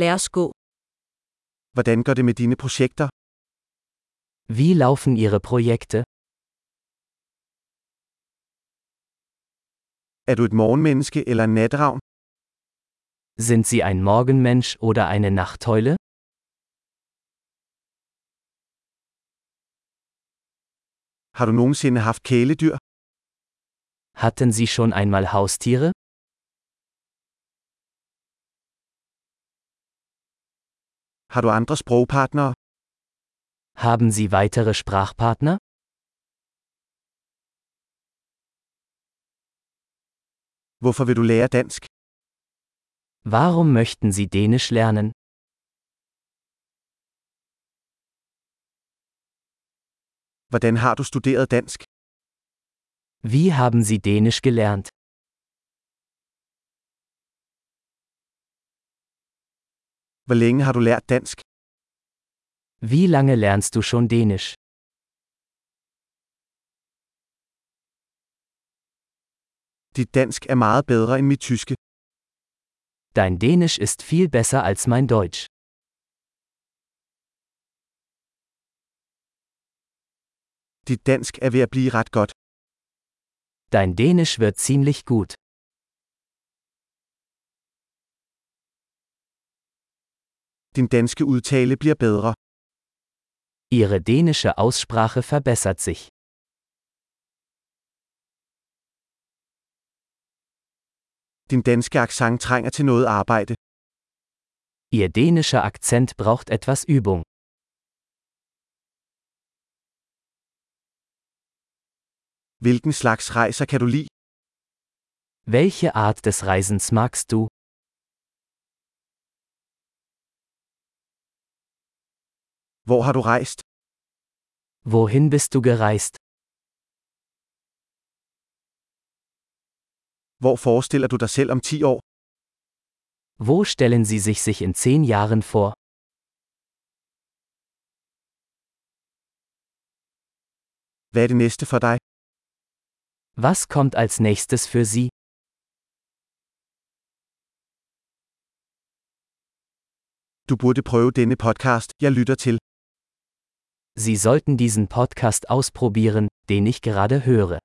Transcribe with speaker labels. Speaker 1: Lad os gå.
Speaker 2: Hvordan går det med dine projekter?
Speaker 3: Wie laufen Ihre Projekte?
Speaker 2: Er du et morgenmenneske eller en natravn?
Speaker 3: Sind Sie ein Morgenmensch oder eine Nachteule?
Speaker 2: Har du nogensinde haft kæledyr?
Speaker 3: Hatten Sie schon einmal Haustiere?
Speaker 2: Har du andre sprogpartnere?
Speaker 3: Haben Sie weitere Sprachpartner?
Speaker 2: Hvorfor vil du lære dansk?
Speaker 3: Warum möchten Sie Dänisch lernen?
Speaker 2: Hvordan har du studeret dansk?
Speaker 3: Wie haben Sie Dänisch gelernt?
Speaker 2: Hvor længe har du lært dansk?
Speaker 3: Wie lange lernst du schon Dänisch?
Speaker 2: Dit dansk er meget bedre end mit tyske.
Speaker 3: Dein Dänisch ist viel besser als mein Deutsch.
Speaker 2: Dit dansk er ved at blive ret godt.
Speaker 3: Dein Dänisch wird ziemlich gut.
Speaker 2: Din danske udtale bliver bedre.
Speaker 3: Ihre dänische Aussprache verbessert sich.
Speaker 2: Din danske accent trænger til noget arbejde.
Speaker 3: Ihr dänischer Akzent braucht etwas Übung.
Speaker 2: Hvilken slags rejser kan du lide?
Speaker 3: Welche Art des Reisens magst du?
Speaker 2: Hvor har du rejst?
Speaker 3: Wohin bist du gereist?
Speaker 2: Hvor forestiller du dig selv om 10 år?
Speaker 3: Wo stellen Sie sich sich in zehn Jahren vor?
Speaker 2: Hvad er det næste for dig?
Speaker 3: Was kommt als nächstes für Sie?
Speaker 2: Du burde prøve denne podcast, jeg lytter til.
Speaker 3: Sie sollten diesen Podcast ausprobieren, den ich gerade höre.